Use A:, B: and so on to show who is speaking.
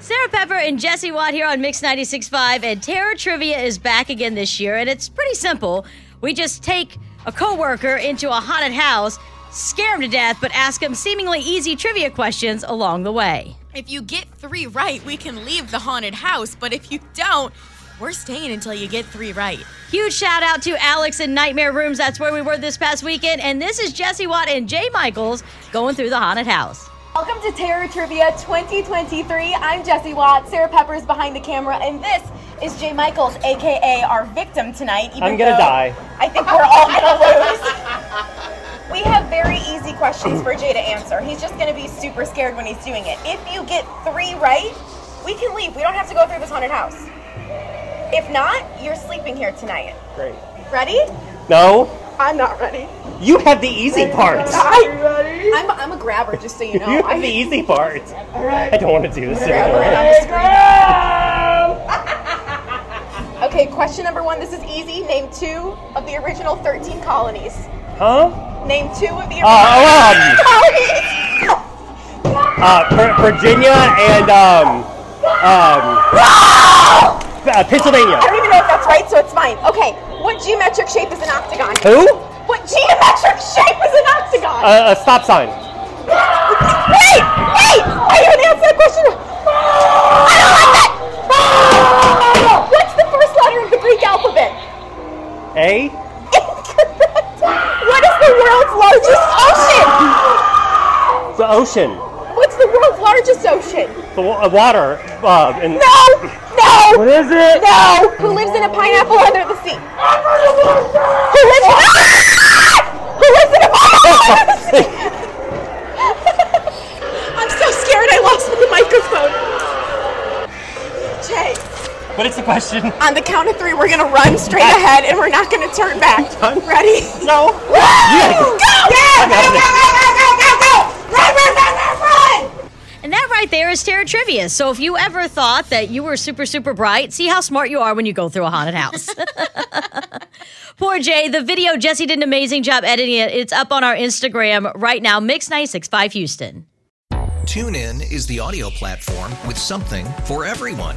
A: Sarah Pepper and Jesse Watt here on Mix 96.5, and Terror Trivia is back again this year, and it's pretty simple. We just take a coworker into a haunted house, scare him to death, but ask him seemingly easy trivia questions along the way.
B: If you get three right, we can leave the haunted house, but if you don't, we're staying until you get three right.
A: Huge shout out to Alex in Nightmare Rooms. That's where we were this past weekend. And this is Jesse Watt and Jay Michaels going through the haunted house.
C: Welcome to Terror Trivia 2023. I'm Jesse Watt. Sarah Pepper's behind the camera, and this is Jay Michaels, aka our victim tonight.
D: Even I'm gonna die.
C: I think we're all gonna lose. We have very easy questions for Jay to answer. He's just gonna be super scared when he's doing it. If you get three right, we can leave. We don't have to go through this haunted house. If not, you're sleeping here tonight.
D: Great.
C: Ready?
D: No.
C: I'm not ready.
D: You have the easy part.
C: I, I'm, I'm a grabber, just so you know.
D: you have the easy part. All right. I don't want to do this
C: anymore. okay, question number one. This is easy. Name two of the original 13 colonies.
D: Huh?
C: Name two of the original uh,
D: um, colonies. uh, Virginia and, um, um, Uh, Pennsylvania.
C: I don't even know if that's right, so it's fine. Okay, what geometric shape is an octagon?
D: Who?
C: What geometric shape is an octagon?
D: Uh, a stop sign.
C: wait, wait! I haven't answered that question. I don't like that. What's the first letter of the Greek alphabet?
D: A.
C: Incorrect. What is the world's largest ocean?
D: The ocean.
C: What's the world's largest ocean?
D: The wa- water. Uh, and
C: no. No!
D: What is it?
C: No! Who lives in a pineapple under the sea? Who lives in a Who lives in a pineapple under the sea? I'm so scared I lost the microphone. Jay.
D: What is the question?
C: On the count of three, we're gonna run straight ahead and we're not gonna turn back.
D: Done?
C: Ready?
D: No.
C: Woo! Yes. Go! Yeah! Go, go, go, go, go, go, go! Run, run, run, run, run!
A: And that right there is Terra Trivia. So if you ever thought that you were super, super bright, see how smart you are when you go through a haunted house. Poor Jay. The video, Jesse did an amazing job editing it. It's up on our Instagram right now, Mix965 Houston.
E: Tune in is the audio platform with something for everyone.